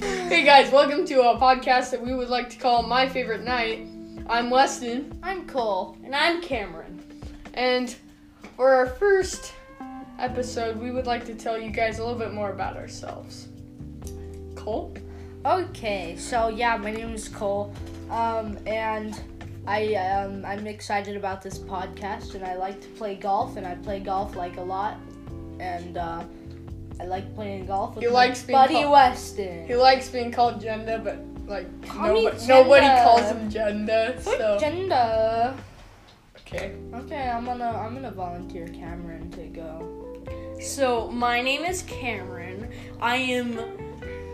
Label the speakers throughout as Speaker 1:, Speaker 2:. Speaker 1: Hey guys, welcome to a podcast that we would like to call My Favorite Night. I'm Weston,
Speaker 2: I'm Cole.
Speaker 3: And I'm Cameron.
Speaker 1: and for our first episode, we would like to tell you guys a little bit more about ourselves. Cole?
Speaker 2: Okay, so yeah, my name is Cole, um, and I um, I'm excited about this podcast, and I like to play golf, and I play golf like a lot, and uh, I like playing golf with
Speaker 1: He
Speaker 2: my
Speaker 1: likes being
Speaker 2: buddy
Speaker 1: called-
Speaker 2: Weston.
Speaker 1: He likes being called Jenda, but like
Speaker 2: Call me
Speaker 1: nobody, nobody
Speaker 2: Jenda.
Speaker 1: calls him Jenda.
Speaker 2: Fuck
Speaker 1: So
Speaker 2: gender.
Speaker 1: okay.
Speaker 2: Okay, I'm gonna I'm gonna volunteer Cameron to go.
Speaker 3: So, my name is Cameron. I am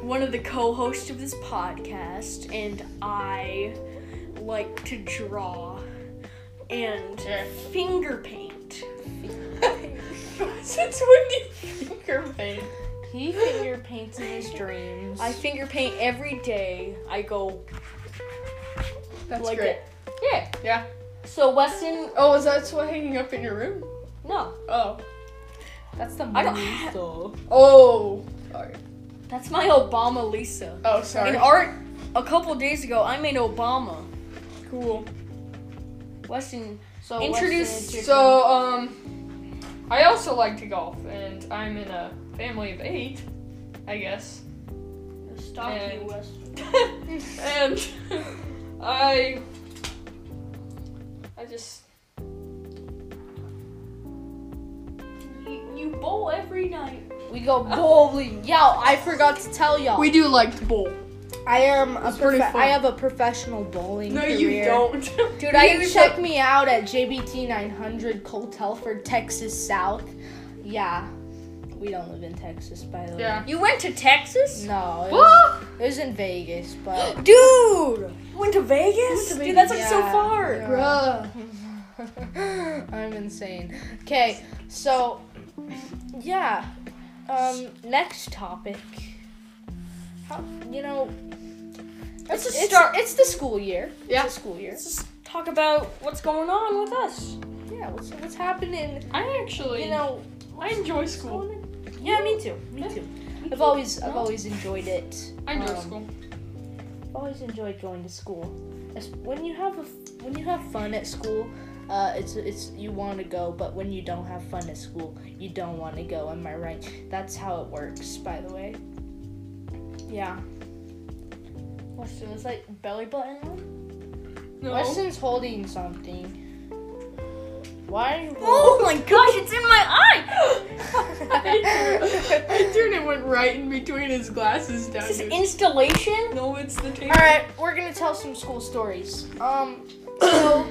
Speaker 3: one of the co hosts of this podcast, and I like to draw and
Speaker 1: Sure.
Speaker 3: finger paint.
Speaker 1: Since when do you finger paint?
Speaker 2: He finger paints in his dreams.
Speaker 3: I finger paint every day. I go
Speaker 1: That's
Speaker 3: like
Speaker 1: great.
Speaker 3: it. Yeah.
Speaker 1: Yeah.
Speaker 3: So, Weston,
Speaker 1: Oh, is that what hanging up in your room?
Speaker 3: no.
Speaker 1: Oh.
Speaker 2: That's the
Speaker 3: I don't-
Speaker 2: monster.
Speaker 1: Oh. Sorry.
Speaker 3: That's my Obama Lisa.
Speaker 1: Oh,
Speaker 3: In
Speaker 1: sorry.
Speaker 3: art, a couple days ago, I made Obama.
Speaker 1: Cool.
Speaker 3: Weston,
Speaker 2: So
Speaker 3: Introduce-
Speaker 2: Weston, it's your turn.
Speaker 1: So, um, I also like to golf, and I'm in a family of eight, I guess.
Speaker 3: stop
Speaker 1: you, And-
Speaker 3: Weston.
Speaker 1: and I, I just
Speaker 3: You, you bowl every night.
Speaker 2: we go bowling. Yo, I forgot to tell y'all.
Speaker 1: we do like to bowl.
Speaker 2: I am a
Speaker 1: It's pretty
Speaker 2: prof-
Speaker 1: fun.
Speaker 2: I have a professional bowling
Speaker 1: No,
Speaker 2: career.
Speaker 1: you don't.
Speaker 2: Dude, I
Speaker 1: You
Speaker 2: can check me out at JBT 900 Cole Telford, Texas South. Yeah, we don't live in Texas, by the
Speaker 1: Yeah.
Speaker 3: You went to Texas?
Speaker 2: way. No, it was,
Speaker 1: What?
Speaker 2: it was in Vegas, but
Speaker 3: Dude! You went to Vegas?
Speaker 2: to
Speaker 3: Dude,
Speaker 2: Vegas,
Speaker 3: that's like so
Speaker 2: yeah.
Speaker 3: far.
Speaker 2: Yeah.
Speaker 1: Bruh.
Speaker 2: I'm insane. Okay, so yeah, um, next topic. How, you know,
Speaker 3: Let's just
Speaker 2: it's,
Speaker 3: start.
Speaker 2: It's the school year.
Speaker 1: Yeah.
Speaker 2: It's the school year.
Speaker 3: Let's just talk about what's going on with us.
Speaker 2: Yeah, what's what's happening?
Speaker 1: I actually,
Speaker 2: You know,
Speaker 1: I enjoy school.
Speaker 3: Yeah, me too. Me too.
Speaker 2: I've always I've always enjoyed it.
Speaker 1: I enjoy
Speaker 2: Um,
Speaker 1: school.
Speaker 2: I've always enjoyed going to school. As- When you have a, when you have fun at school, uh, it's it's you want to go, but when you don't have fun at school, you don't want to go. Am I right? That's how it works, by the way. Yeah.
Speaker 3: Weston, is like belly button on?
Speaker 1: No.
Speaker 2: Weston's holding something. Why are you?
Speaker 3: Oh my gosh, it's in my eye!
Speaker 1: I turned it went right in between his glasses down.
Speaker 3: Is this
Speaker 1: here.
Speaker 3: installation?
Speaker 1: no, it's the table.
Speaker 2: All right, we're gonna tell some school stories. Um, so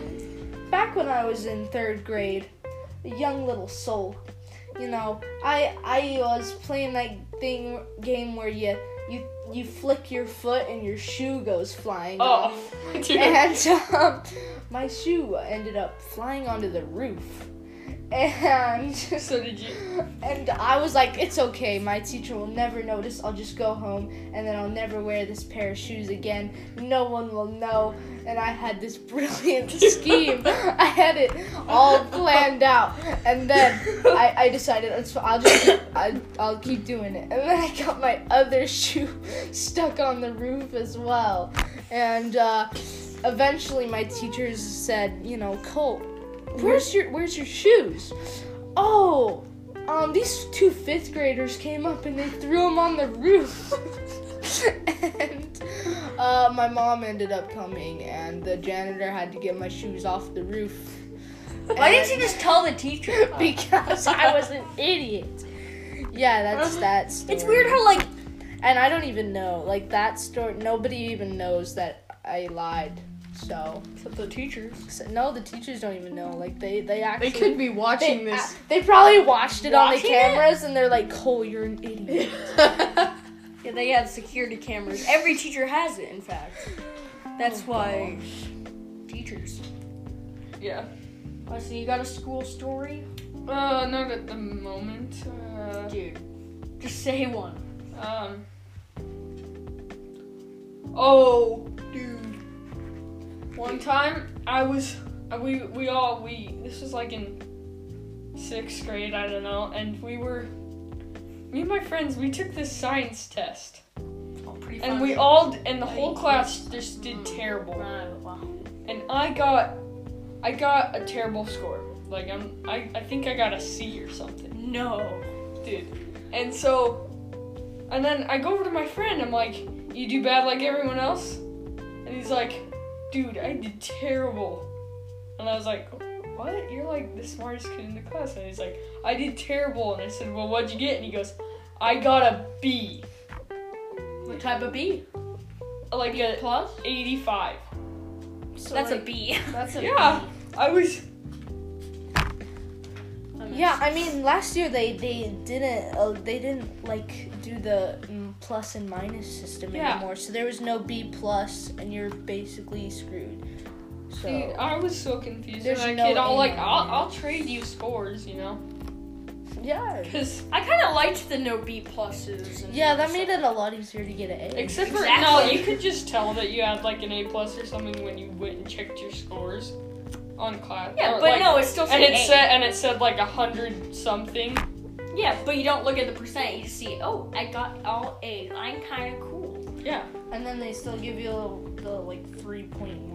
Speaker 2: back when I was in third grade, a young little soul, you know, I I was playing that thing game where you you you flick your foot and your shoe goes flying.
Speaker 1: Oh,
Speaker 2: off.
Speaker 1: dude.
Speaker 2: and um, my shoe ended up flying onto the roof, and
Speaker 1: so did you?
Speaker 2: and I was like, it's okay, my teacher will never notice. I'll just go home and then I'll never wear this pair of shoes again. No one will know. And I had this brilliant scheme. I had it all planned out. And then I, I decided it's, I'll just I, I'll keep doing it. And then I got my other shoe stuck on the roof as well. And uh, eventually my teachers said, you know, Colt, where's your where's your shoes? Oh, um, these two fifth graders came up and they threw them on the roof. and uh, my mom ended up coming, and the janitor had to get my shoes off the roof
Speaker 3: Why didn't you just tell the teacher?
Speaker 2: because I was an idiot. Yeah, that's that story.
Speaker 3: It's weird how, like,
Speaker 2: and I don't even know. Like that story, nobody even knows that I lied. So,
Speaker 3: except the teachers.
Speaker 2: so- no, the teachers don't even know. Like they, they actually
Speaker 1: They could be
Speaker 2: they, uh,
Speaker 1: watching this.
Speaker 2: they probably watched it on the
Speaker 3: Watching it?
Speaker 2: cameras, and they're like, "Cole, you're an idiot."
Speaker 3: Yeah, they have security cameras. Every teacher has it, in fact. That's why teachers.
Speaker 1: yeah.
Speaker 3: Oh, so you got a school story?
Speaker 1: Uh, not at the moment. Uh,
Speaker 3: Dude, just say one.
Speaker 1: um. Oh, dude. One time, I was. uh, We we all we. This was like in sixth grade. I don't know. And we were. Me and my friends. We took this science test.
Speaker 3: Oh, pretty fun.
Speaker 1: and we all and the whole class just did terrible. And I got I got a terrible score. Like I'm I, I think I got a C or something.
Speaker 3: No.
Speaker 1: dude. And so, and then I go over to my friend. I'm like, "You do bad like everyone else," and he's like, "Dude, I did terrible." And I was like, "What? You're like the smartest kid in the class." And he's like, "I did terrible." And I said, "Well, what'd you get?" And he goes, "I got a B,
Speaker 3: What type of bee?
Speaker 1: like a
Speaker 3: Plus?
Speaker 1: 85."
Speaker 2: So
Speaker 3: That's a
Speaker 2: like,
Speaker 3: bee.
Speaker 2: That's a
Speaker 1: Yeah,
Speaker 2: B.
Speaker 1: I was.
Speaker 2: Yeah, I mean, last year they they didn't uh, they didn't like do the mm, plus and minus system
Speaker 1: Yeah.
Speaker 2: anymore. So there was no B plus, and you're basically screwed. So
Speaker 1: Dude, I was so confused.
Speaker 2: There's
Speaker 1: There's that
Speaker 2: no
Speaker 1: kid, I'll
Speaker 2: aim
Speaker 1: like,
Speaker 2: on
Speaker 1: I'll,
Speaker 2: it.
Speaker 1: I'll trade you scores, you know,
Speaker 2: yeah,
Speaker 1: because
Speaker 3: I kind of liked the no B pluses. and
Speaker 2: yeah, that
Speaker 3: stuff.
Speaker 2: made it a lot easier to get an A.
Speaker 1: Except for no,
Speaker 3: Exactly.
Speaker 1: you could just tell that you had like an A plus or something when you went and checked your scores on class.
Speaker 3: Yeah,
Speaker 1: or,
Speaker 3: but
Speaker 1: like-
Speaker 3: no, it's still
Speaker 1: And
Speaker 3: saying
Speaker 1: it
Speaker 3: A.
Speaker 1: said and it said like a hundred something.
Speaker 3: yeah, but you don't look at the percent. You see, oh, I got all A's. I'm kind of cool.
Speaker 1: Yeah.
Speaker 2: and then they still give you the, the like three point one.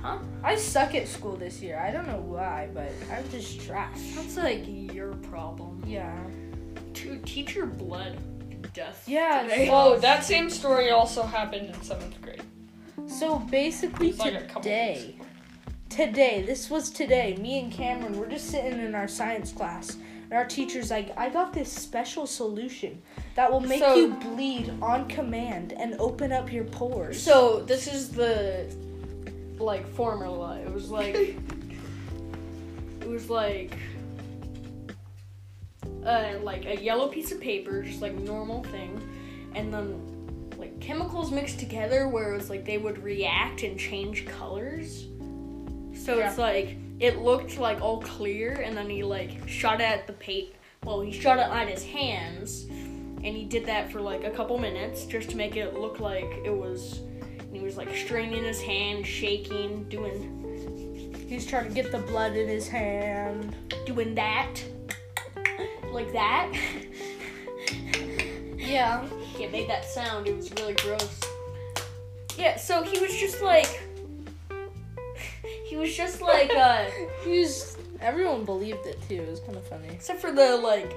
Speaker 3: Huh?
Speaker 2: I suck at school this year. I don't know why, but I'm just trash.
Speaker 3: That's like your problem.
Speaker 2: Yeah.
Speaker 3: To teacher bled to death.
Speaker 2: Yeah,
Speaker 3: Today.
Speaker 2: so-
Speaker 1: Oh, that same story also happened in seventh grade.
Speaker 2: So basically
Speaker 1: It's like a couple
Speaker 2: today, today, this was today. Me and Cameron were just sitting in our science class, and our teacher's like, "I got this special solution that will make
Speaker 1: So-
Speaker 2: you bleed on command and open up your pores."
Speaker 3: So this is the like formula. It was like it was like uh, like a yellow piece of paper, just like normal thing, and then like chemicals mixed together where it was like they would react and change colors. So it's like it looked like all clear, and then he like shot it at the paper. Well, he shot it at his hands, and he did that for like a couple minutes just to make it look like it was and he was like straining his hand shaking doing
Speaker 2: he's trying to get the blood in his hand.
Speaker 3: doing that like that
Speaker 2: Yeah.
Speaker 3: it made that sound it was really gross yeah so he was just like he was just like uh
Speaker 2: He's. Everyone believed it too. It was kind of funny.
Speaker 3: except for the like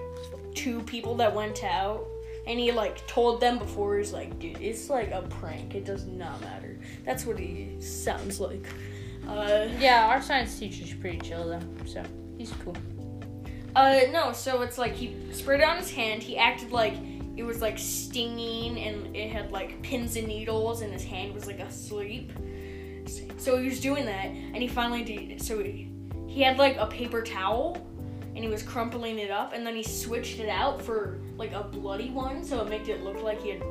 Speaker 3: two people that went out and he like told them before he's like dude it's like a prank it does not matter that's what he sounds like uh
Speaker 2: Yeah, our science teacher's pretty chill though, so he's cool.
Speaker 3: Uh, no. So it's like he sprayed it on his hand. He acted like it was like stinging, and it had like pins and needles, and his hand was like asleep. So he was doing that, and he finally did. it. So he, he had like a paper towel, and he was crumpling it up, and then he switched it out for like a bloody one, so it made it look like he had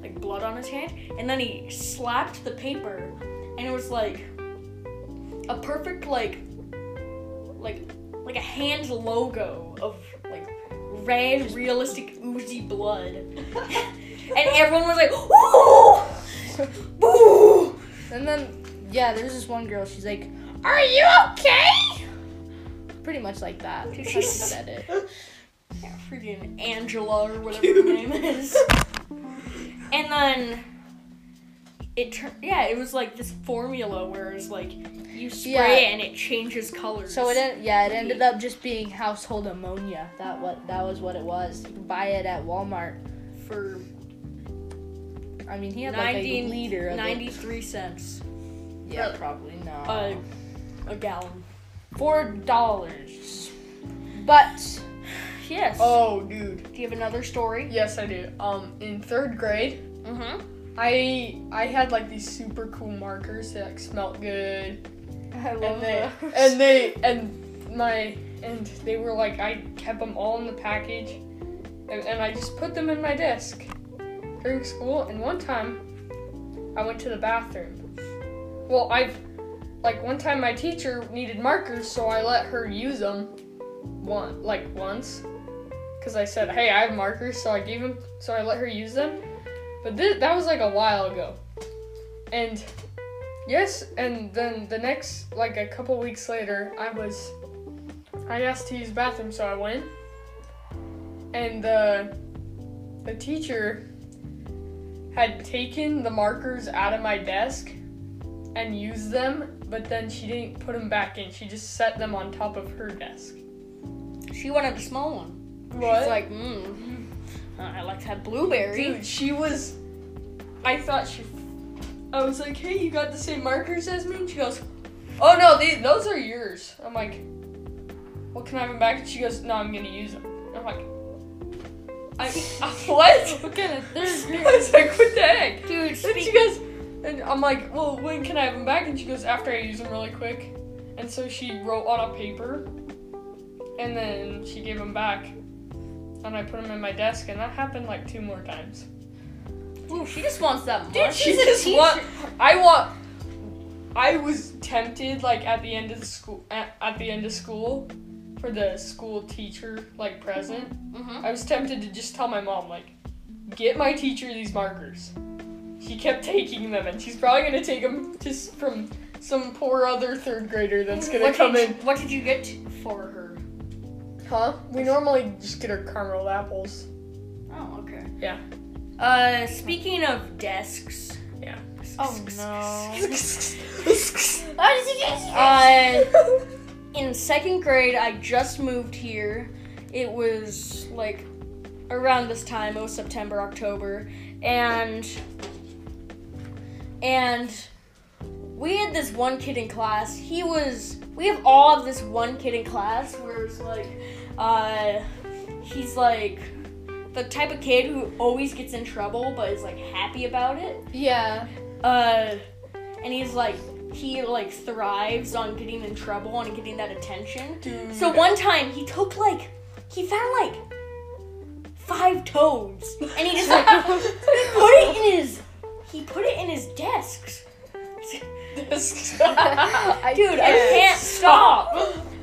Speaker 3: like blood on his hand, and then he slapped the paper, and it was like a perfect like like like a hand logo of like red realistic oozy blood and everyone was like ooh ooh
Speaker 2: And then, yeah, there's this one girl. She's like, "Are you okay?" Pretty much like that. That's how She said it.
Speaker 3: yeah, freaking Angela or whatever her name is and then it turned yeah it was like this formula where it's like you spray
Speaker 2: Yeah.
Speaker 3: it and it changes colors
Speaker 2: So it, en- yeah, it ended up just being household ammonia. That what that was what it was. You can buy it at Walmart.
Speaker 3: for
Speaker 2: I mean, he had like
Speaker 3: 90,
Speaker 2: a liter of
Speaker 3: 93 cents
Speaker 2: it. Yeah, probably no.
Speaker 3: uh, a gallon
Speaker 2: Four dollars. But
Speaker 3: yes
Speaker 1: Oh, dude.
Speaker 3: do you have another story
Speaker 1: Yes, I do. Um, in third grade,
Speaker 3: mm-hmm
Speaker 1: I I had like these super cool markers that like, smelt good.
Speaker 2: I
Speaker 1: and
Speaker 2: love
Speaker 1: they
Speaker 2: those.
Speaker 1: and they and my and they were like I kept them all in the package, and, and I just put them in my desk during school. And one time, I went to the bathroom. Well, I've like one time my teacher needed markers, so I let her use them one like once, because I said, hey, I have markers, so I gave them, so I let her use them. But this, that was like a while ago, and. Yes, and then the next, like a couple weeks later, I was, I asked to use bathroom, so I went, and the, the teacher had taken the markers out of my desk and used them, but then she didn't put them back in. She just set them on top of her desk.
Speaker 3: She wanted the small one.
Speaker 1: What?
Speaker 3: She's like, mmm, I like that blueberry.
Speaker 1: Dude, she was. I thought she. I was like, hey, you got the same markers as me? And she goes, oh no, they, those are yours. I'm like, well, can I have them back? And she goes, no, I'm gonna use them. I'm like, I, what? What kind of? I was like, what the heck?
Speaker 3: Dude,
Speaker 1: And she
Speaker 3: speak-
Speaker 1: goes, and I'm like, well, when can I have them back? And she goes, after I use them really quick. And so she wrote on a paper, and then she gave them back, and I put them in my desk, and that happened like two more times.
Speaker 3: Ooh, she just wants that much.
Speaker 2: Dude,
Speaker 1: She
Speaker 2: She's a
Speaker 1: just
Speaker 2: teacher.
Speaker 1: want. I want. I was tempted, like at the end of the school, at, at the end of school, for the school teacher like present.
Speaker 2: Mm-hmm.
Speaker 3: Mhm.
Speaker 1: I was tempted to just tell my mom, like, get my teacher these markers. She kept taking them, and she's probably gonna take them just from some poor other third grader that's gonna
Speaker 3: what
Speaker 1: come
Speaker 3: did,
Speaker 1: in.
Speaker 3: What did you get for her?
Speaker 1: Huh? We normally just get her caramel apples.
Speaker 3: Oh, okay.
Speaker 1: Yeah.
Speaker 3: Uh, speaking of desks.
Speaker 1: Yeah.
Speaker 2: Oh no.
Speaker 1: I
Speaker 3: Uh, in second grade, I just moved here. It was like around this time. It was September, October, and and we had this one kid in class. He was. We have all of this one kid in class where it's like, uh, he's like the type of kid who always gets in trouble but is like happy about it
Speaker 2: Yeah.
Speaker 3: uh, and he's like he like thrives on getting in trouble and getting that attention.
Speaker 1: Dude.
Speaker 3: So one time he took like he found like five toads and he just like put it in his he put it in his desks. Dude, I can't stop.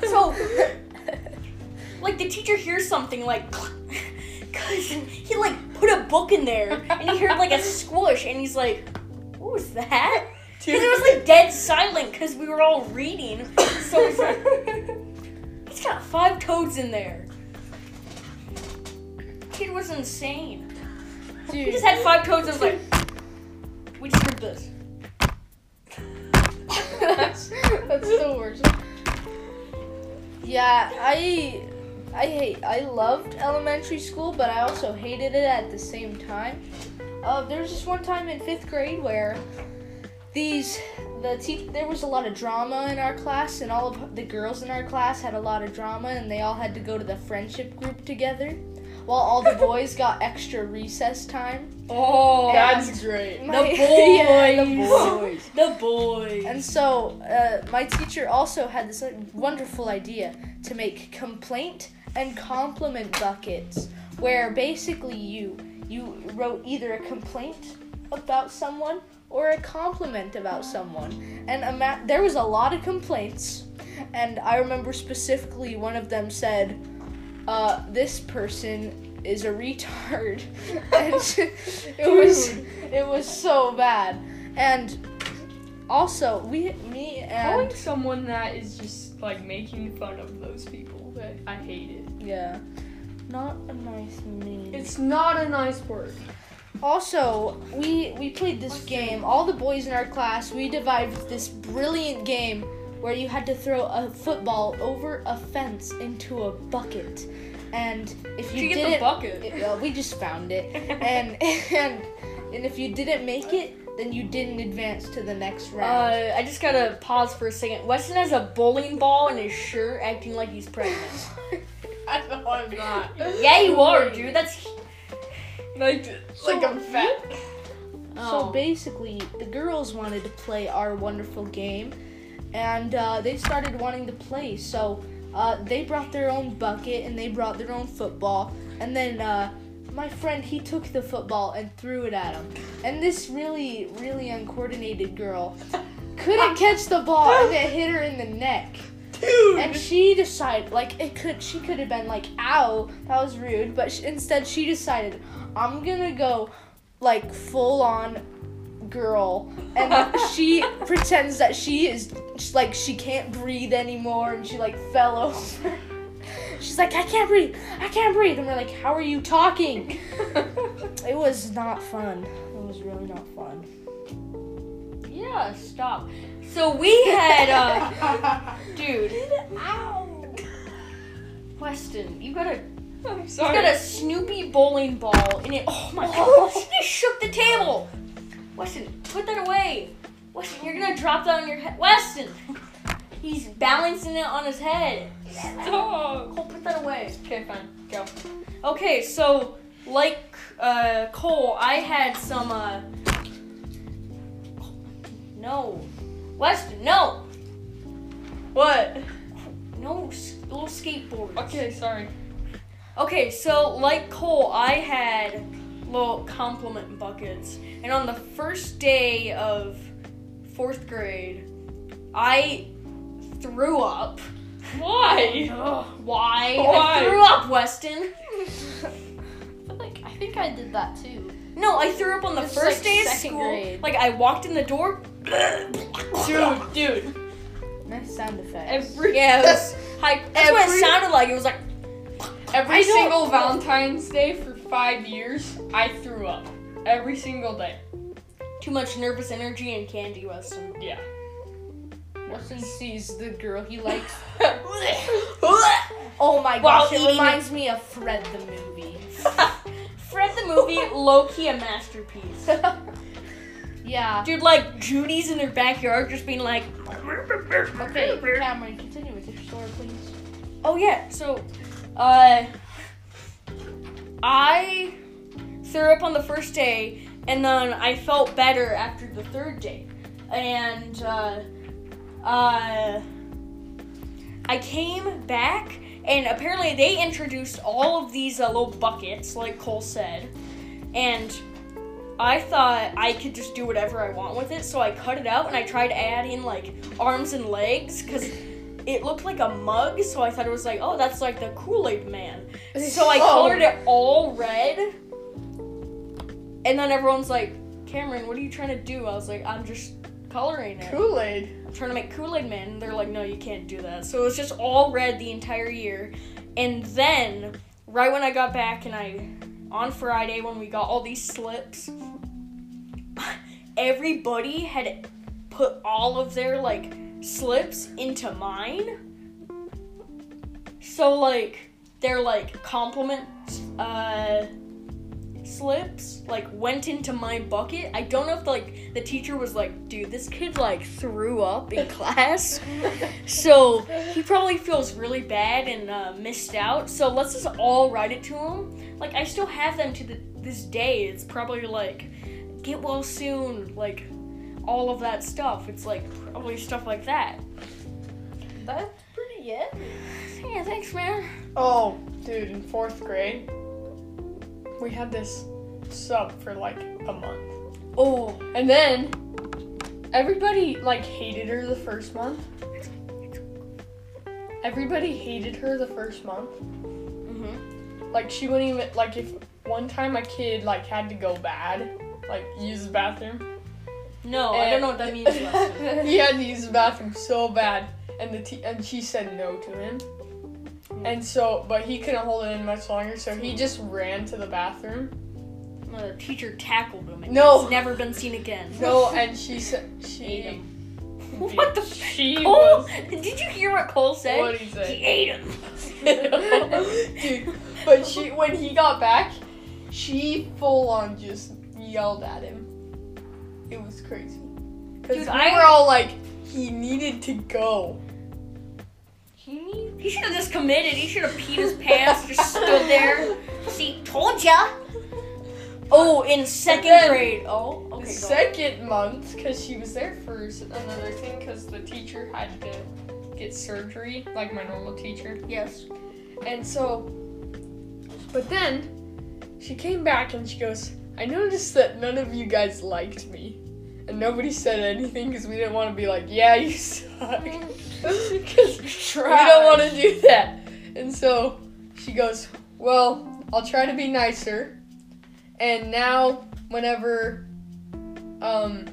Speaker 3: So like the teacher hears something like cuz he like put a book in there and he heard like a squish and he's like what was that? Because it was like dead silent because we were all reading. So it's like, it's got five toads in there. Kid was insane. He
Speaker 2: Dude.
Speaker 3: just had five toads. I was like, we just heard this.
Speaker 2: that's, that's the worst. Yeah, I I hate I loved elementary school, but I also hated it at the same time. Uh, there was this one time in fifth grade where these the te- there was a lot of drama in our class, and all of the girls in our class had a lot of drama, and they all had to go to the friendship group together, while all the boys got extra recess time.
Speaker 3: Oh,
Speaker 1: That's great.
Speaker 2: My- yeah, the boys.
Speaker 3: the boys.
Speaker 2: And so, uh, my teacher also had this like, wonderful idea to make complaint and compliment buckets, where basically you you wrote either a complaint about someone or a compliment about someone. And ima- there was a lot of complaints, and I remember specifically one of them said, uh, "This person is a retard," and it was it was so bad. And also, we, me,
Speaker 1: Calling
Speaker 2: and
Speaker 1: someone that is just like making fun of those people. that- I hate it.
Speaker 2: yeah, not a nice name.
Speaker 1: It's not a nice word.
Speaker 2: Also, we we played this game. All the boys in our class we devised this brilliant game where you had to throw a football over a fence into a bucket, and if you
Speaker 3: you get
Speaker 2: didn't,
Speaker 3: the bucket?
Speaker 2: it- well, we just found it, and and and if you didn't make it, then you didn't advance to the next round.
Speaker 3: Uh, I just gotta pause for a second. Weston has a bowling ball in his shirt, acting like he's pregnant.
Speaker 2: Uh,
Speaker 1: I know I'm not.
Speaker 3: yeah, you are, dude. That's
Speaker 1: Like, like I'm fat.
Speaker 2: So basically, the girls wanted to play our wonderful game, and uh, they started wanting to play. So uh, they brought their own bucket and they brought their own football. And then uh, my friend he took the football and threw it at him. And this really, really uncoordinated girl couldn't catch the ball and it hit her in the neck.
Speaker 1: Dude.
Speaker 2: And she decided, like, it could, she could have been like, ow, that was rude. But sh instead, she decided, I'm gonna go, like, full on girl. And she pretends that she is, just, like, she can't breathe anymore. And she, like, fell over. She's like, I can't breathe. I can't breathe. And we're like, how are you talking? It was not fun. It was really not fun.
Speaker 3: Yeah, stop. So we had, uh, dude. Ow. Weston, you got a
Speaker 1: I'm
Speaker 3: you
Speaker 1: sorry.
Speaker 3: got a Snoopy bowling ball and it. Oh my god! It shook the table. Weston, put that away. Weston, you're gonna drop that on your head. Weston, he's balancing it on his head.
Speaker 1: Stop.
Speaker 3: Cole, put that away.
Speaker 1: Okay, fine. Go.
Speaker 3: Okay, so like uh, Cole, I had some. Uh... No, Weston, no. What? No, s- little skateboards.
Speaker 1: Okay, sorry.
Speaker 3: Okay, so like Cole, I had little compliment buckets, and on the first day of fourth grade, I threw up.
Speaker 1: Why?
Speaker 3: Why?
Speaker 1: Why?
Speaker 3: I threw up, Weston.
Speaker 2: But like, I think I did that too.
Speaker 3: No, I threw up on the
Speaker 2: This is,
Speaker 3: first
Speaker 2: like,
Speaker 3: day of
Speaker 2: second
Speaker 3: school.
Speaker 2: grade.
Speaker 3: Like I walked in the door.
Speaker 1: Dude, dude.
Speaker 2: Nice sound effect.
Speaker 1: Every
Speaker 3: Yeah, it was. I, that's what it
Speaker 2: Every-
Speaker 3: sounded like. It was like
Speaker 1: every
Speaker 2: I don't-
Speaker 1: single Valentine's Day for five years, I threw up. Every single day.
Speaker 3: too much nervous energy and candy, Weston.
Speaker 1: Yeah.
Speaker 2: Weston sees the girl he likes.
Speaker 3: Fred
Speaker 2: Oh my
Speaker 3: While
Speaker 2: gosh, it
Speaker 3: eating it.
Speaker 2: reminds me of Fred the movie.
Speaker 3: the movie, low key a masterpiece.
Speaker 2: yeah.
Speaker 3: Dude, like Judy's in their backyard, just being like,
Speaker 2: Okay, Cameron, continue with your story, please.
Speaker 3: oh yeah. So, uh, I threw up on the first day, and then I felt better after the third day, and uh, uh, I came back, and apparently they introduced all of these uh, little buckets, like Cole said, and. I thought I could just do whatever I want with it, so I cut it out and I tried to add in like arms and legs because it looked like a mug, so I thought it was like, oh, that's like the Kool Aid man. So
Speaker 2: Oh,
Speaker 3: I colored it all red, and then everyone's like, Cameron, what are you trying to do? I was like, I'm just coloring it.
Speaker 2: Kool Aid.
Speaker 3: I'm trying to make Kool Aid man. And they're like, no, you can't do that. So it was just all red the entire year. And then, right when I got back, and I, on Friday, when we got all these slips, everybody had put all of their, like, slips into mine. So, like, their, like, compliment, uh, slips like went into my bucket. I don't know if like the teacher was like, dude, this kid like threw up in class, so he probably feels really bad and uh, missed out. So let's just all write it to him. Like I still have them to the, this day. It's probably like, get well soon, like all of that stuff. It's like probably stuff like that.
Speaker 2: That's pretty it.
Speaker 3: Yeah, thanks, man.
Speaker 1: Oh, dude, in fourth grade, we had this sub for like a month.
Speaker 3: Oh,
Speaker 1: And then everybody like hated her the first month. Everybody hated her the first month.
Speaker 3: mm-hmm.
Speaker 1: Like she wouldn't even like if one time a kid like had to go bad, like use the bathroom.
Speaker 3: no, I don't know what that means. Weston.
Speaker 1: he had to use the bathroom so bad, and the t- and she said no to him. And so, but he couldn't hold it in much longer, so he just ran to the bathroom.
Speaker 3: No, the teacher tackled him. And
Speaker 1: No.
Speaker 3: he's never been seen again.
Speaker 1: No, and she said
Speaker 3: Ate
Speaker 1: she. Oh,
Speaker 3: him. What the? F-
Speaker 1: She
Speaker 3: Cole?
Speaker 1: was.
Speaker 3: Did you hear what Cole said?
Speaker 1: What'd he say?
Speaker 3: He ate him.
Speaker 1: Dude, but she when he got back, she full on just yelled at him. It was crazy. Cause
Speaker 3: Dude,
Speaker 1: we
Speaker 3: I-
Speaker 1: were all like, he needed to go.
Speaker 3: He, should have just committed. He should have peed his pants. Just stood there. See, told ya. Oh, in second
Speaker 1: then-
Speaker 3: grade. Oh, okay. go.
Speaker 1: Second month, cause she was there for s- another thing, cause the teacher had to get surgery, like my normal teacher.
Speaker 3: yes.
Speaker 1: And so, but then she came back and she goes, I noticed that none of you guys liked me. And nobody said anything because we didn't want to be like, yeah, you suck. Because we don't want to do that. And so she goes, Well, I'll try to be nicer. And now, whenever um,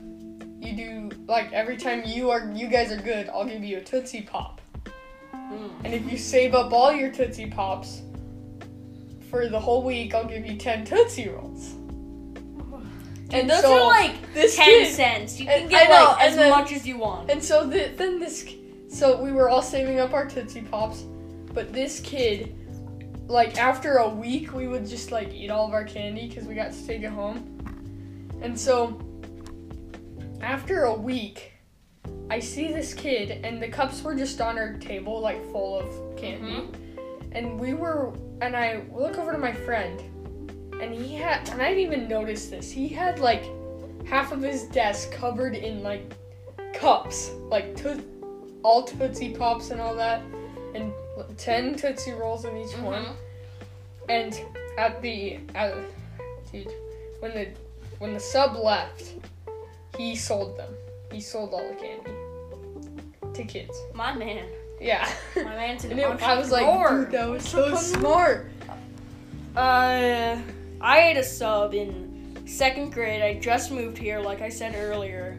Speaker 1: you do, like, every time you are, you guys are good, I'll give you a Tootsie Pop.
Speaker 3: Mm.
Speaker 1: And if you save up all your Tootsie Pops for the whole week, I'll give you 10 Tootsie Rolls.
Speaker 3: And
Speaker 1: And
Speaker 3: those
Speaker 1: so
Speaker 3: are like
Speaker 1: this
Speaker 3: ten
Speaker 1: kid-
Speaker 3: cents. You
Speaker 1: and-
Speaker 3: can get
Speaker 1: I know,
Speaker 3: like
Speaker 1: and
Speaker 3: as
Speaker 1: then-
Speaker 3: much as you want.
Speaker 1: And so the, then this, so we were all saving up our Tootsie Pops, but this kid, like after a week, we would just like eat all of our candy because we got to take it home. And so after a week, I see this kid, and the cups were just on our table, like full of
Speaker 3: Mm-hmm.
Speaker 1: candy.
Speaker 3: Hmm?
Speaker 1: And we were, and I look over to my friend, and he had, and I didn't even notice this. He had like half of his desk covered in like cups, like to- all Tootsie Pops and all that, and like, ten Tootsie Rolls in each one.
Speaker 3: Mm-hmm.
Speaker 1: And at the, at, dude, when the when the sub left, he sold them. He sold all the candy to kids.
Speaker 3: My man,
Speaker 1: Yeah.
Speaker 3: my man's an
Speaker 1: And it- I was like, dude, that was so smart.
Speaker 3: Uh, I ate a sub in second grade. I just moved here, like I said earlier,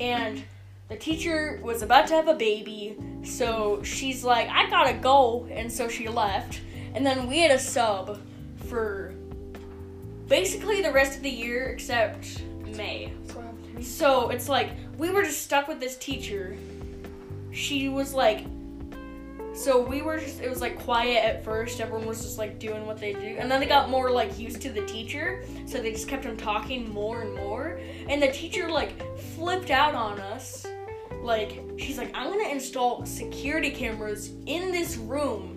Speaker 3: and the teacher was about to have a baby, so she's like, I gotta go, and so she left. And then we had a sub for basically the rest of the year except May. So it's like we were just stuck with this teacher. She was like, so we were just, it was like quiet at first. Everyone was just like doing what they do. And then they got more like used to the teacher. So they just kept on talking more and more. And the teacher like flipped out on us. Like, she's like, I'm gonna install security cameras in this room.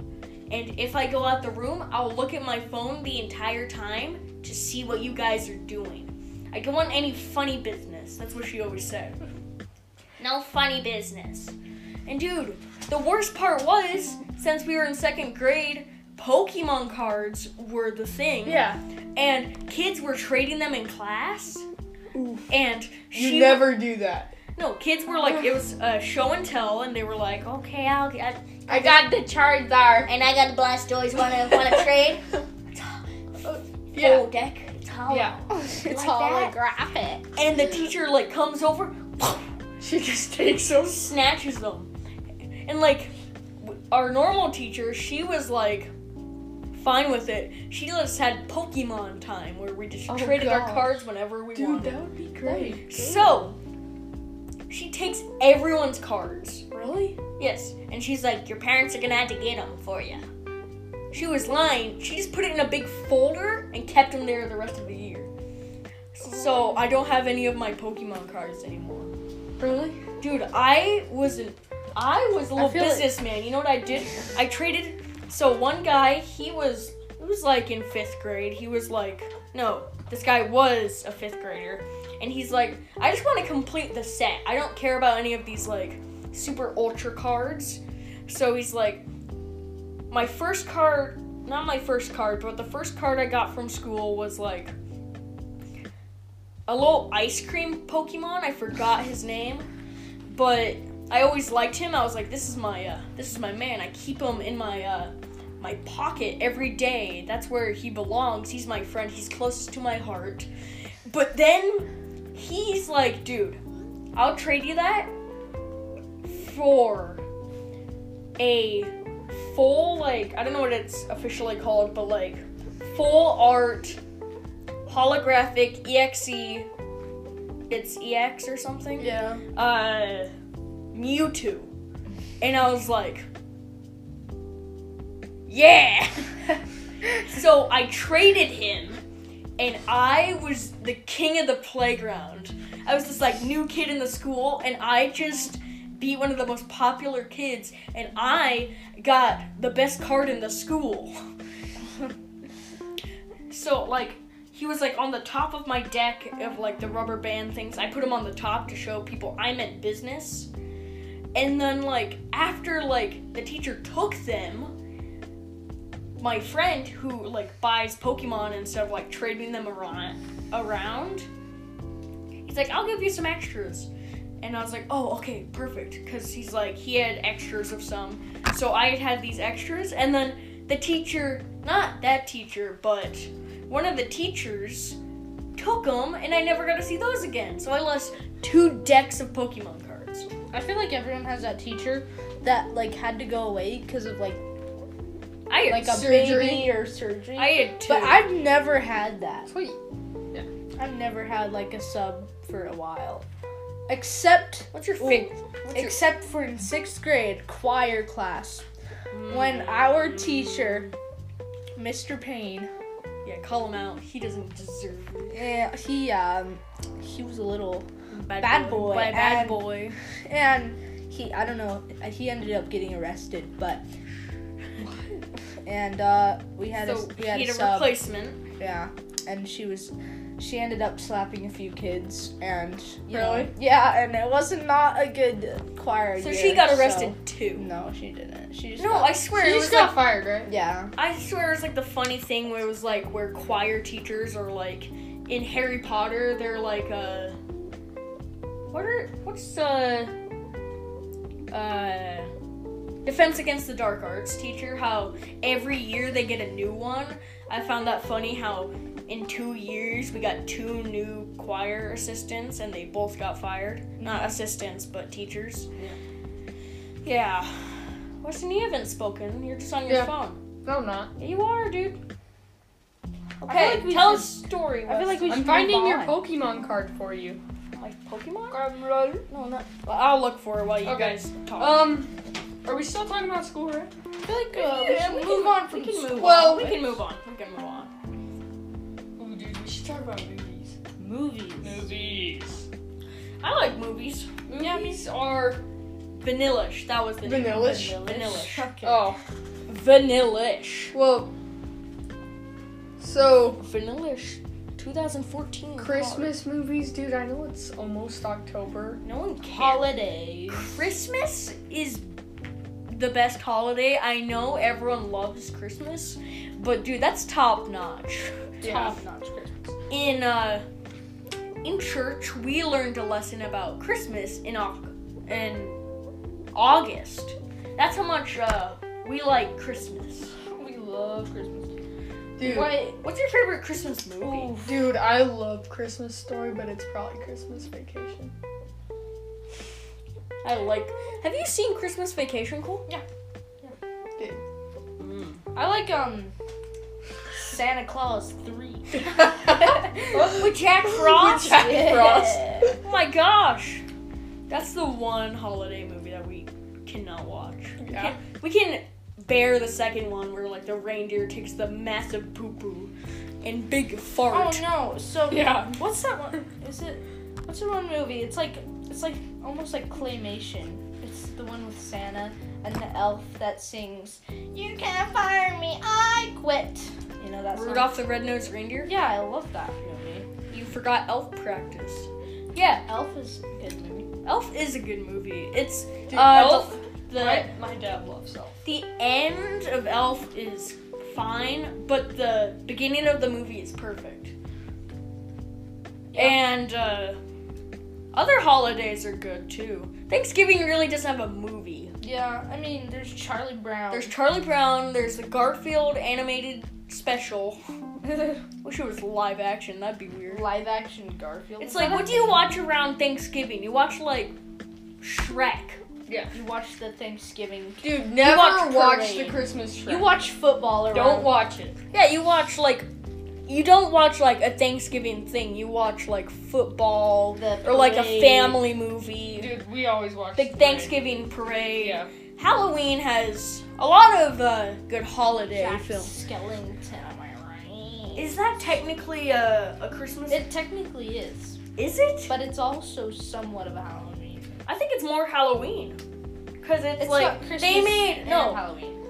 Speaker 3: And if I go out the room, I'll look at my phone the entire time to see what you guys are doing. I don't want any funny business. That's what she always said. No funny business. And dude, the worst part was since we were in second grade, Pokemon cards were the thing.
Speaker 1: Yeah.
Speaker 3: And kids were trading them in class. And
Speaker 1: You
Speaker 3: she
Speaker 1: never do that.
Speaker 3: no kids were like it was uh, show and tell, and they were like, okay, I'll get
Speaker 1: I got the Charizard.
Speaker 3: and I got a Blastoise. Wanna wanna trade?
Speaker 1: Yeah.
Speaker 3: Full deck. It's hollow.
Speaker 1: Yeah.
Speaker 2: it's
Speaker 3: like that?
Speaker 2: holographic.
Speaker 3: And the teacher like comes over,
Speaker 1: She just takes them.
Speaker 3: snatches them. And like w- our normal teacher, she was like fine with it. She just had Pokemon time where we just
Speaker 1: Oh,
Speaker 3: traded our
Speaker 1: gosh.
Speaker 3: cards whenever we
Speaker 1: Dude,
Speaker 3: wanted.
Speaker 1: that would be great.
Speaker 3: So she takes everyone's cards.
Speaker 1: Really?
Speaker 3: Yes, and she's like, your parents are gonna have to get them for you. She was lying. She just put it in a big folder and kept them there the rest of the year. So I don't have any of my Pokemon cards anymore.
Speaker 1: Really?
Speaker 3: Dude, I was an I was a little
Speaker 1: feel it.
Speaker 3: businessman. You know what I did? I traded so one guy, he was he was like in fifth grade. He was like no, this guy was a fifth grader. And he's like, I just want to complete the set. I don't care about any of these like super ultra cards. So he's like, my first card not my first card, but the first card I got from school was like a little ice cream Pokemon. I forgot his name, but I always liked him. I was like, this is my uh, this is my man. I keep him in my uh, my pocket every day. That's where he belongs. He's my friend. He's closest to my heart. But then he's like, dude, I'll trade you that for a full like I don't know what it's officially called, but like full art holographic EXE. It's EX or something.
Speaker 1: Yeah.
Speaker 3: Uh, Mewtwo, and I was like, yeah. so I traded him, and I was the king of the playground. I was this like new kid in the school, and I just beat one of the most popular kids, and I got the best card in the school. so like. He was like on the top of my deck of like the rubber band things. I put him on the top to show people I'm in business. And then like after like the teacher took them, my friend who like buys Pokemon instead of like trading them around, around, he's like, I'll give you some extras. And I was like, oh, okay, perfect. Because he's like, he had extras of some. So I had had these extras. And then the teacher, not that teacher, but one of the teachers took them. And I never got to see those again. So I lost two decks of Pokemon cards.
Speaker 2: I feel like everyone has that teacher that like had to go away because of like
Speaker 3: I had,
Speaker 2: like a
Speaker 1: Surgery.
Speaker 2: baby or surgery.
Speaker 3: I had two.
Speaker 2: but I've never had that.
Speaker 1: Sweet.
Speaker 2: I've never had like a sub for a while, except
Speaker 3: What's your
Speaker 2: Ooh.
Speaker 3: favorite? What's your-
Speaker 2: except for in sixth grade choir class when our teacher, Mr. Payne,
Speaker 3: yeah, call him out. He doesn't deserve it.
Speaker 2: eh, he um he was a little
Speaker 3: Bad,
Speaker 2: Bad boy,
Speaker 3: Bad, bad
Speaker 2: and-
Speaker 3: boy.
Speaker 2: and he I don't know he ended up getting arrested, but and uh we had
Speaker 3: So
Speaker 2: a we
Speaker 3: he
Speaker 2: had
Speaker 3: had
Speaker 2: a
Speaker 3: a
Speaker 2: sub.
Speaker 3: replacement.
Speaker 2: Yeah, and she was, she ended up slapping a few kids, and you know-
Speaker 1: Really?
Speaker 2: yeah, and it wasn't not a good choir.
Speaker 3: So
Speaker 2: year,
Speaker 3: she got
Speaker 2: so-
Speaker 3: arrested too.
Speaker 2: No, she didn't. She just
Speaker 3: No,
Speaker 2: got-
Speaker 3: I swear
Speaker 1: She
Speaker 3: it
Speaker 1: just
Speaker 3: was
Speaker 1: got
Speaker 3: like
Speaker 1: fired, right?
Speaker 2: yeah,
Speaker 3: I swear it's like the funny thing where it was like where choir teachers are like in Harry Potter they're like uh what are what's uh uh Defense Against the Dark Arts teacher how every year they get a new one. I found that funny how in two years we got two new choir assistants and they both got fired. Not assistants but teachers.
Speaker 1: Yeah.
Speaker 3: Yeah. Weston, you haven't spoken. You're just on your
Speaker 1: Yeah.
Speaker 3: phone.
Speaker 1: No, I'm not.
Speaker 3: You are, dude.
Speaker 2: Okay,
Speaker 3: Okay,
Speaker 2: tell
Speaker 3: tell a story.
Speaker 2: I feel like we
Speaker 1: I'm
Speaker 2: should
Speaker 1: finding
Speaker 2: move
Speaker 1: your
Speaker 2: on.
Speaker 1: Pokemon card for you.
Speaker 3: like Pokemon.
Speaker 2: No, not.
Speaker 3: Well, I'll look for it while you
Speaker 1: Okay.
Speaker 3: guys talk.
Speaker 1: Um, are we still talking about school, right?
Speaker 2: I feel like
Speaker 3: Yeah,
Speaker 2: uh, we
Speaker 3: yeah,
Speaker 2: should
Speaker 3: we
Speaker 2: move
Speaker 3: can-
Speaker 2: on from
Speaker 3: we can move
Speaker 2: well,
Speaker 3: on. We can move on. We can move on.
Speaker 1: Ooh, dude, we should talk about movies.
Speaker 2: movies.
Speaker 1: Movies.
Speaker 3: I like movies.
Speaker 1: Movies are.
Speaker 3: Vanillish. That was the name.
Speaker 1: Vanilla-ish?
Speaker 3: Vanillish.
Speaker 2: Okay.
Speaker 1: Oh,
Speaker 3: Vanillish.
Speaker 1: well. So,
Speaker 3: Vanillish. 2014.
Speaker 1: Christmas movies, dude, I know it's almost October.
Speaker 3: No one cares.
Speaker 2: Holidays.
Speaker 3: Christmas is the best holiday. I know everyone loves Christmas, but dude, that's top notch.
Speaker 1: Yeah.
Speaker 2: Top notch Christmas.
Speaker 3: in uh in church we learned a lesson about christmas in Au- in august that's how much uh we like christmas
Speaker 2: We love Christmas.
Speaker 1: Dude,
Speaker 3: What, what's your favorite christmas movie
Speaker 1: dude, I love Christmas Story, but it's probably Christmas Vacation.
Speaker 3: i like have you seen christmas vacation Mm. cole
Speaker 2: I like um Santa Claus three.
Speaker 3: with jack frost
Speaker 1: Jack Frost.
Speaker 3: oh my gosh that's the one holiday movie that we cannot watch We
Speaker 1: Yeah.
Speaker 3: can- we can bear the second one where like the reindeer takes the massive poo poo and big
Speaker 2: Oh
Speaker 3: fart
Speaker 2: no! So
Speaker 1: Yeah.
Speaker 2: what's that one? Is it what's the one movie? It's like it's like almost like claymation. It's the one with Santa and the elf that sings "You can't fire me, I quit." You know that song?
Speaker 3: Rudolph the Red-Nosed Reindeer?
Speaker 2: Yeah, I love that movie.
Speaker 3: You forgot Elf practice. Yeah,
Speaker 2: Elf is a good movie.
Speaker 3: Elf is a good movie. It's
Speaker 1: Dude,
Speaker 3: uh,
Speaker 1: Elf,
Speaker 3: the the,
Speaker 1: my, my dad loves Elf.
Speaker 3: the end of Elf is fine, but the beginning of the movie is perfect.
Speaker 2: Yeah.
Speaker 3: And uh, other holidays are good too. Thanksgiving really doesn't have a movie.
Speaker 2: Yeah, I mean there's Charlie Brown.
Speaker 3: There's Charlie Brown. There's the Garfield animated special. Wish it was live action. That'd be weird.
Speaker 2: live action Garfield.
Speaker 3: It's
Speaker 2: Is
Speaker 3: like,
Speaker 2: that
Speaker 3: what
Speaker 2: a
Speaker 3: do you
Speaker 2: thing?
Speaker 3: watch around Thanksgiving? You watch like Shrek.
Speaker 1: Yeah.
Speaker 2: You watch the Thanksgiving.
Speaker 1: Dude, never
Speaker 3: never watch
Speaker 1: watch,
Speaker 3: Parade.
Speaker 1: the Christmas Shrek.
Speaker 2: You watch football around.
Speaker 1: Don't watch it.
Speaker 3: Yeah, you watch like, you don't watch like a Thanksgiving thing. You watch like football
Speaker 2: the
Speaker 3: or like a
Speaker 2: parade.
Speaker 3: family movie.
Speaker 1: Dude, we always watch
Speaker 3: Big
Speaker 1: the
Speaker 3: Thanksgiving parade.
Speaker 1: Yeah.
Speaker 3: Halloween has a lot of uh, good holiday
Speaker 2: Jack
Speaker 3: films.
Speaker 2: Skellington, am I right?
Speaker 3: Is that technically a, a Christmas?
Speaker 2: It technically is,
Speaker 3: is it?
Speaker 2: but it's also somewhat of a Halloween.
Speaker 3: I think it's more Halloween. Cause it's,
Speaker 2: It's
Speaker 3: like
Speaker 2: not Christmas
Speaker 3: they made
Speaker 2: and
Speaker 3: no
Speaker 2: Halloween.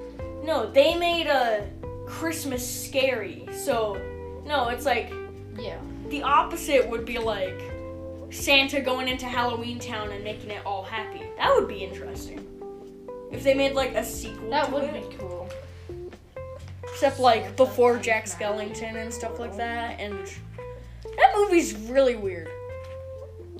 Speaker 3: No, they made a Christmas scary. So, no, it's like
Speaker 2: Yeah.
Speaker 3: the opposite would be like Santa going into Halloween Town and making it all happy. That would be interesting. If they made like a sequel
Speaker 2: That
Speaker 3: to
Speaker 2: would
Speaker 3: it,
Speaker 2: be cool.
Speaker 3: except like before Jack Skellington and stuff like that, and that movie's really weird.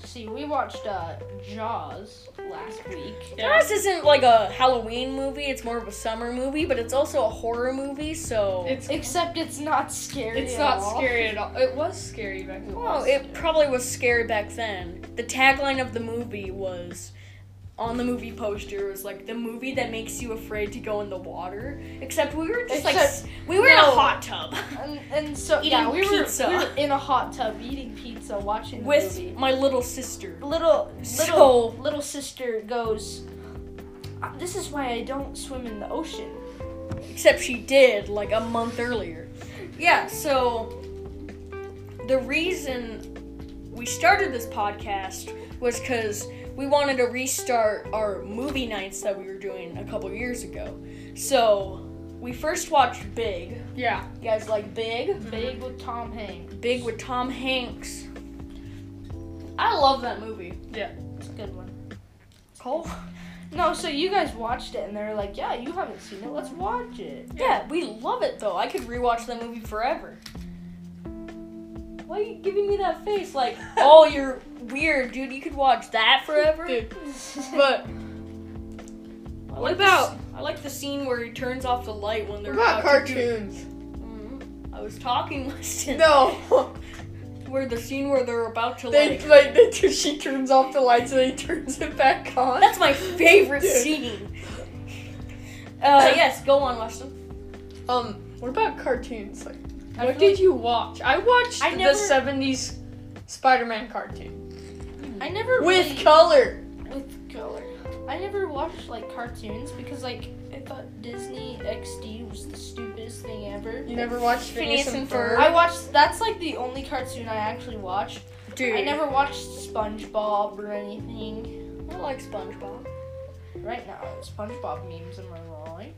Speaker 2: See, we watched uh Jaws last week.
Speaker 1: Yeah.
Speaker 3: This isn't like a Halloween movie; it's more of a summer movie, but it's also a horror movie. So
Speaker 1: It's
Speaker 2: Except it's not scary.
Speaker 1: it's
Speaker 2: at
Speaker 1: not
Speaker 2: all.
Speaker 1: scary at all. It was scary back then.
Speaker 3: Oh, it probably was scary back then. The tagline of the movie was on the movie poster was like the movie that makes you afraid to go in the water. Except we were just like s-
Speaker 2: Except-
Speaker 3: we were in a
Speaker 2: no.
Speaker 3: hot tub
Speaker 2: And, and so
Speaker 3: Eating
Speaker 2: yeah, we were,
Speaker 3: pizza.
Speaker 2: we were in a hot tub eating pizza, watching the
Speaker 3: with
Speaker 2: movie.
Speaker 3: my little sister.
Speaker 2: Little little
Speaker 3: So-
Speaker 2: little sister goes. "Uh, This is why I don't swim in the ocean.
Speaker 3: Except she did like a month earlier. Yeah, so the reason we started this podcast was because we wanted to restart our movie nights that we were doing a couple years ago. So we first watched Big.
Speaker 1: Yeah.
Speaker 3: You guys like Big?
Speaker 2: Big with Tom Hanks.
Speaker 3: Big with Tom Hanks. I love that movie.
Speaker 2: It's a good one.
Speaker 3: Cole?
Speaker 2: No, so you guys watched it and they're like, yeah, you haven't seen it. Let's watch it.
Speaker 3: Yeah, we love it though. I could rewatch that movie forever. Why are you giving me that face? Like, oh, you're weird, dude. You could watch that forever.
Speaker 1: Dude,
Speaker 3: But
Speaker 1: What about-
Speaker 3: I like the scene where he turns off the light when they're
Speaker 1: what about
Speaker 3: about to do-
Speaker 1: cartoons?
Speaker 3: Mhm. I was talking, Weston.
Speaker 1: No.
Speaker 3: Where the scene where they're about to
Speaker 1: They like
Speaker 3: like.
Speaker 1: they, she turns off the lights and he turns it back on.
Speaker 3: That's my favorite
Speaker 1: Dude.
Speaker 3: scene. Uh, yes, go on, Weston.
Speaker 1: Um, what about cartoons? Like,
Speaker 3: I
Speaker 1: what
Speaker 3: feel
Speaker 1: did you watch? I watched
Speaker 3: I
Speaker 1: the
Speaker 3: never-
Speaker 1: '70s Spider-Man cartoon
Speaker 2: I never
Speaker 1: with
Speaker 2: really-
Speaker 1: color.
Speaker 2: with Mm-hmm. color. I never watched like cartoons because like I thought Disney XD was the stupidest thing ever.
Speaker 1: You never watched Phineas and Ferb?
Speaker 2: I watched. That's like the only cartoon I actually watched.
Speaker 3: Dude,
Speaker 2: I never watched SpongeBob or anything.
Speaker 3: I like SpongeBob.
Speaker 2: Right now, SpongeBob memes am I right?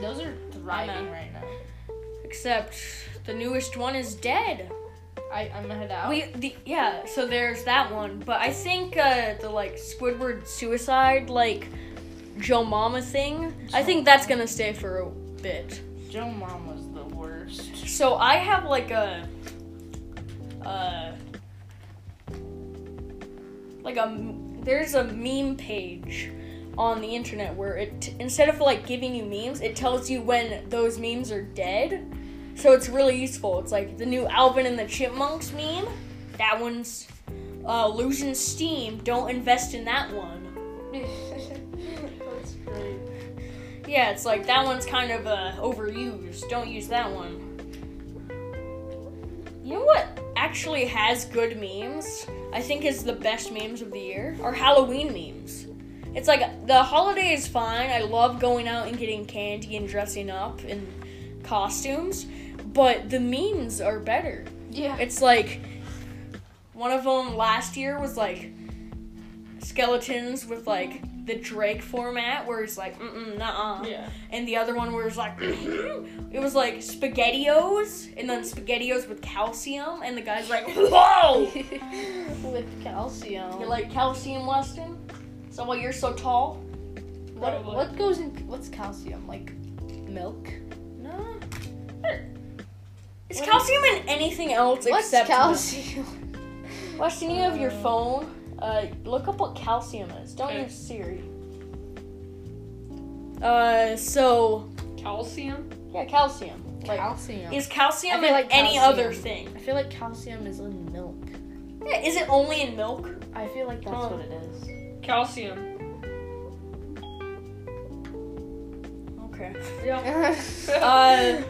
Speaker 2: Those are
Speaker 3: I'm
Speaker 2: thriving right now.
Speaker 3: Mm. Except the newest one is dead.
Speaker 2: I I'm gonna head out.
Speaker 3: We the yeah, so there's that one. But I think uh the like Squidward suicide like Joe Mama thing, I think that's gonna stay for a bit.
Speaker 2: Joe Mom was the worst.
Speaker 3: So I have like a uh like a m- there's a meme page on the internet where it instead of like giving you memes, it tells you when those memes are dead. So it's really useful. It's like the new Alvin and the Chipmunks meme. That one's uh, losing steam. Don't invest in that one.
Speaker 2: that's great.
Speaker 3: Yeah, it's like that one's kind of uh, overused. Don't use that one. You know what actually has good memes? I think is the best memes of the year are Halloween memes. It's like the holiday is fine. I love going out and getting candy and dressing up in costumes, but the memes are better.
Speaker 2: Yeah.
Speaker 3: It's like one of them last year was like skeletons with like the Drake format where it's like mm nah
Speaker 1: Yeah.
Speaker 3: and the other one where it's like it was like spaghettios and then spaghettios with calcium and the guy's like whoa
Speaker 2: with calcium.
Speaker 3: you like calcium Weston? Is that why you're so tall?
Speaker 2: What,
Speaker 1: Probably.
Speaker 2: what goes in what's calcium like milk?
Speaker 3: No. Is
Speaker 2: What-
Speaker 3: calcium in anything else
Speaker 2: What's
Speaker 3: except
Speaker 2: calcium?
Speaker 3: Weston, you have your
Speaker 2: Uh,
Speaker 3: phone. Uh, look up what calcium is. Don't
Speaker 1: Okay.
Speaker 3: use Siri. Uh, so
Speaker 1: Calcium.
Speaker 3: yeah, calcium. Like,
Speaker 2: calcium.
Speaker 3: is calcium
Speaker 2: I feel
Speaker 3: in
Speaker 2: like
Speaker 3: any
Speaker 2: calcium.
Speaker 3: other thing?
Speaker 2: I feel like calcium is in milk.
Speaker 3: Yeah, is it only in milk?
Speaker 2: I feel like that's
Speaker 1: Huh.
Speaker 2: what it is.
Speaker 1: Calcium.
Speaker 3: Okay.
Speaker 1: Yeah.
Speaker 3: Uh,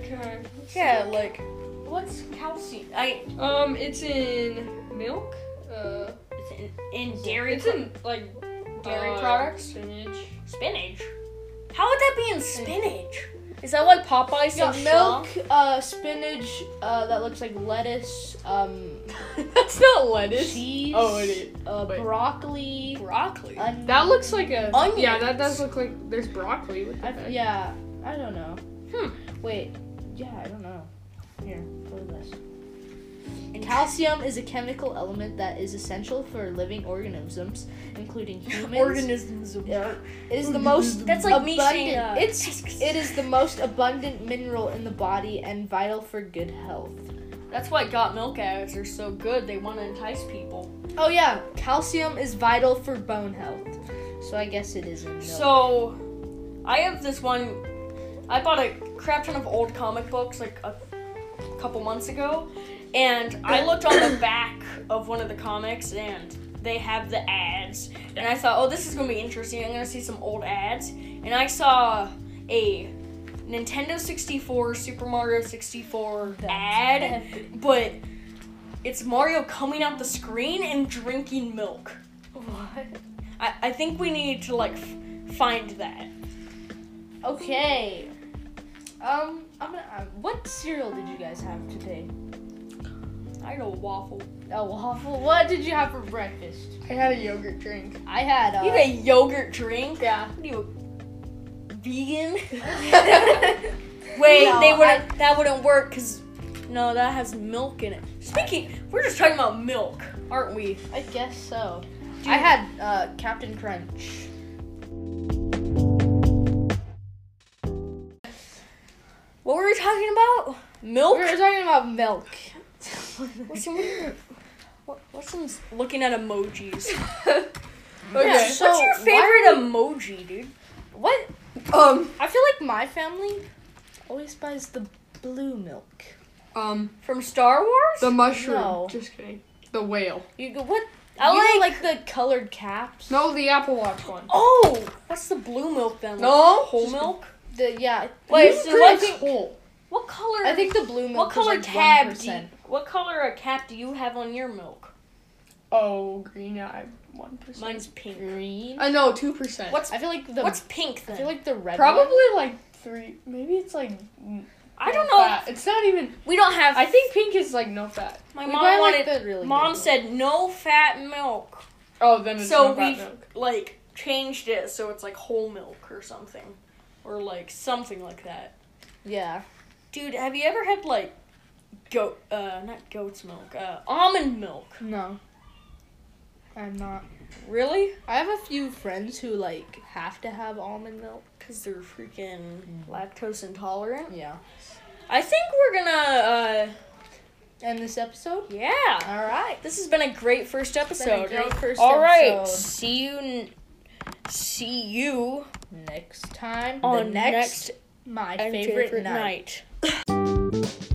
Speaker 1: okay.
Speaker 3: yeah, like what's calcium? I
Speaker 1: Um, it's in milk. Uh,
Speaker 3: it's in, in dairy.
Speaker 1: it's in like
Speaker 3: Dairy
Speaker 1: uh,
Speaker 3: products?
Speaker 1: Spinach.
Speaker 3: spinach. How would that be in spinach? Is that why Popeye's so
Speaker 2: Yeah, milk, uh, spinach uh, that looks like lettuce, um,
Speaker 1: That's not lettuce.
Speaker 2: cheese,
Speaker 1: Oh, it is.
Speaker 2: uh,
Speaker 1: Wait.
Speaker 2: broccoli,
Speaker 3: strong? Broccoli.
Speaker 2: onion.
Speaker 1: That looks like a
Speaker 3: Onions.
Speaker 1: Yeah, that does look like there's broccoli with
Speaker 2: I,
Speaker 1: that.
Speaker 2: yeah, I don't know.
Speaker 3: Hmm.
Speaker 2: Wait, yeah, I don't know. Here, go to this.
Speaker 3: And
Speaker 2: Calcium is a chemical element that is essential for living organisms, including humans.
Speaker 3: organisms.
Speaker 2: Yeah, It is the most
Speaker 3: That's like me
Speaker 2: abundant.
Speaker 3: saying, uh,
Speaker 2: it's it is the most abundant mineral in the body and vital for good health.
Speaker 3: That's why got milk ads are so good. They want to entice people.
Speaker 2: Oh yeah, calcium is vital for bone health. So I guess it is in milk.
Speaker 3: So, I have this one. I bought a crap ton of old comic books like a couple months ago, and I looked on the back of one of the comics, and they have the ads, and I thought, oh, this is gonna be interesting. I'm gonna see some old ads, and I saw a Nintendo 64, Super Mario 64 ad, but it's Mario coming out the screen and drinking milk.
Speaker 2: What?
Speaker 3: I, I think we need to like f- find that.
Speaker 2: Okay. Um, I'm gonna. Uh, what cereal did you guys have today?
Speaker 3: I had a waffle.
Speaker 2: A waffle. What did you have for breakfast?
Speaker 1: I had a yogurt drink.
Speaker 2: I had. Uh,
Speaker 3: You had a yogurt drink?
Speaker 1: Yeah.
Speaker 3: What are you, vegan? Wait,
Speaker 2: No,
Speaker 3: they wouldn't. that wouldn't work because no, that has milk in it. Speaking, we're just talking about milk, aren't we?
Speaker 2: I guess so. I had uh, Captain Crunch.
Speaker 3: What were we talking about? Milk.
Speaker 2: We were talking about milk.
Speaker 3: What's in, what, what's in looking at emojis?
Speaker 1: Okay.
Speaker 2: Yeah, so
Speaker 3: what's your
Speaker 2: why
Speaker 3: favorite emoji, dude?
Speaker 2: What?
Speaker 3: Um,
Speaker 2: I feel like my family always buys the blue milk.
Speaker 1: Um,
Speaker 3: from Star Wars.
Speaker 1: the mushroom.
Speaker 2: No.
Speaker 1: Just kidding. The whale.
Speaker 2: You go what?
Speaker 3: I
Speaker 2: you know,
Speaker 3: like-
Speaker 2: like the colored caps.
Speaker 1: No, the Apple Watch one.
Speaker 3: oh, what's the blue milk then? Like
Speaker 1: No.
Speaker 3: whole milk.
Speaker 2: The yeah.
Speaker 3: Wait,
Speaker 1: Who's
Speaker 3: so what?
Speaker 1: drinks whole?
Speaker 3: What color?
Speaker 2: I think the blue milk.
Speaker 3: What
Speaker 2: is,
Speaker 3: color
Speaker 2: like
Speaker 3: tab do? You,
Speaker 2: 1%.
Speaker 3: what color a cap do you have on your milk?
Speaker 1: Oh, green eye. One percent.
Speaker 3: Mine's pink.
Speaker 2: Green.
Speaker 1: I know two percent.
Speaker 3: What's
Speaker 2: I feel like the.
Speaker 3: what's pink then?
Speaker 2: I feel like the red.
Speaker 1: Probably like three. Maybe it's like. n-
Speaker 3: I don't
Speaker 1: no
Speaker 3: know.
Speaker 1: fat. It's not even.
Speaker 3: We don't have.
Speaker 1: I think pink is like no fat.
Speaker 3: my
Speaker 2: One.
Speaker 3: mom
Speaker 2: We buy,
Speaker 3: wanted.
Speaker 2: Like the really
Speaker 3: mom
Speaker 2: good
Speaker 3: said no fat milk,
Speaker 1: Oh, then it's
Speaker 3: so
Speaker 1: no fat
Speaker 3: we
Speaker 1: milk.
Speaker 3: like changed it so it's like whole milk or something, or like something like that.
Speaker 2: Milk. Yeah.
Speaker 3: Dude, have you ever had like goat? Uh, not goat's milk. Uh, almond milk.
Speaker 2: No. I'm not.
Speaker 3: Really?
Speaker 2: I have a few friends who like have to have almond milk.
Speaker 3: Because they're freaking
Speaker 2: Mm.
Speaker 3: lactose intolerant.
Speaker 2: Yeah.
Speaker 3: I think we're gonna. Uh,
Speaker 2: And this episode.
Speaker 3: yeah.
Speaker 2: All right.
Speaker 3: This has been a great first episode.
Speaker 2: great first
Speaker 3: All right,
Speaker 2: episode.
Speaker 3: see you. N- see you
Speaker 2: Next time.
Speaker 3: on
Speaker 2: the next, my
Speaker 3: and
Speaker 2: favorite, night.
Speaker 3: night.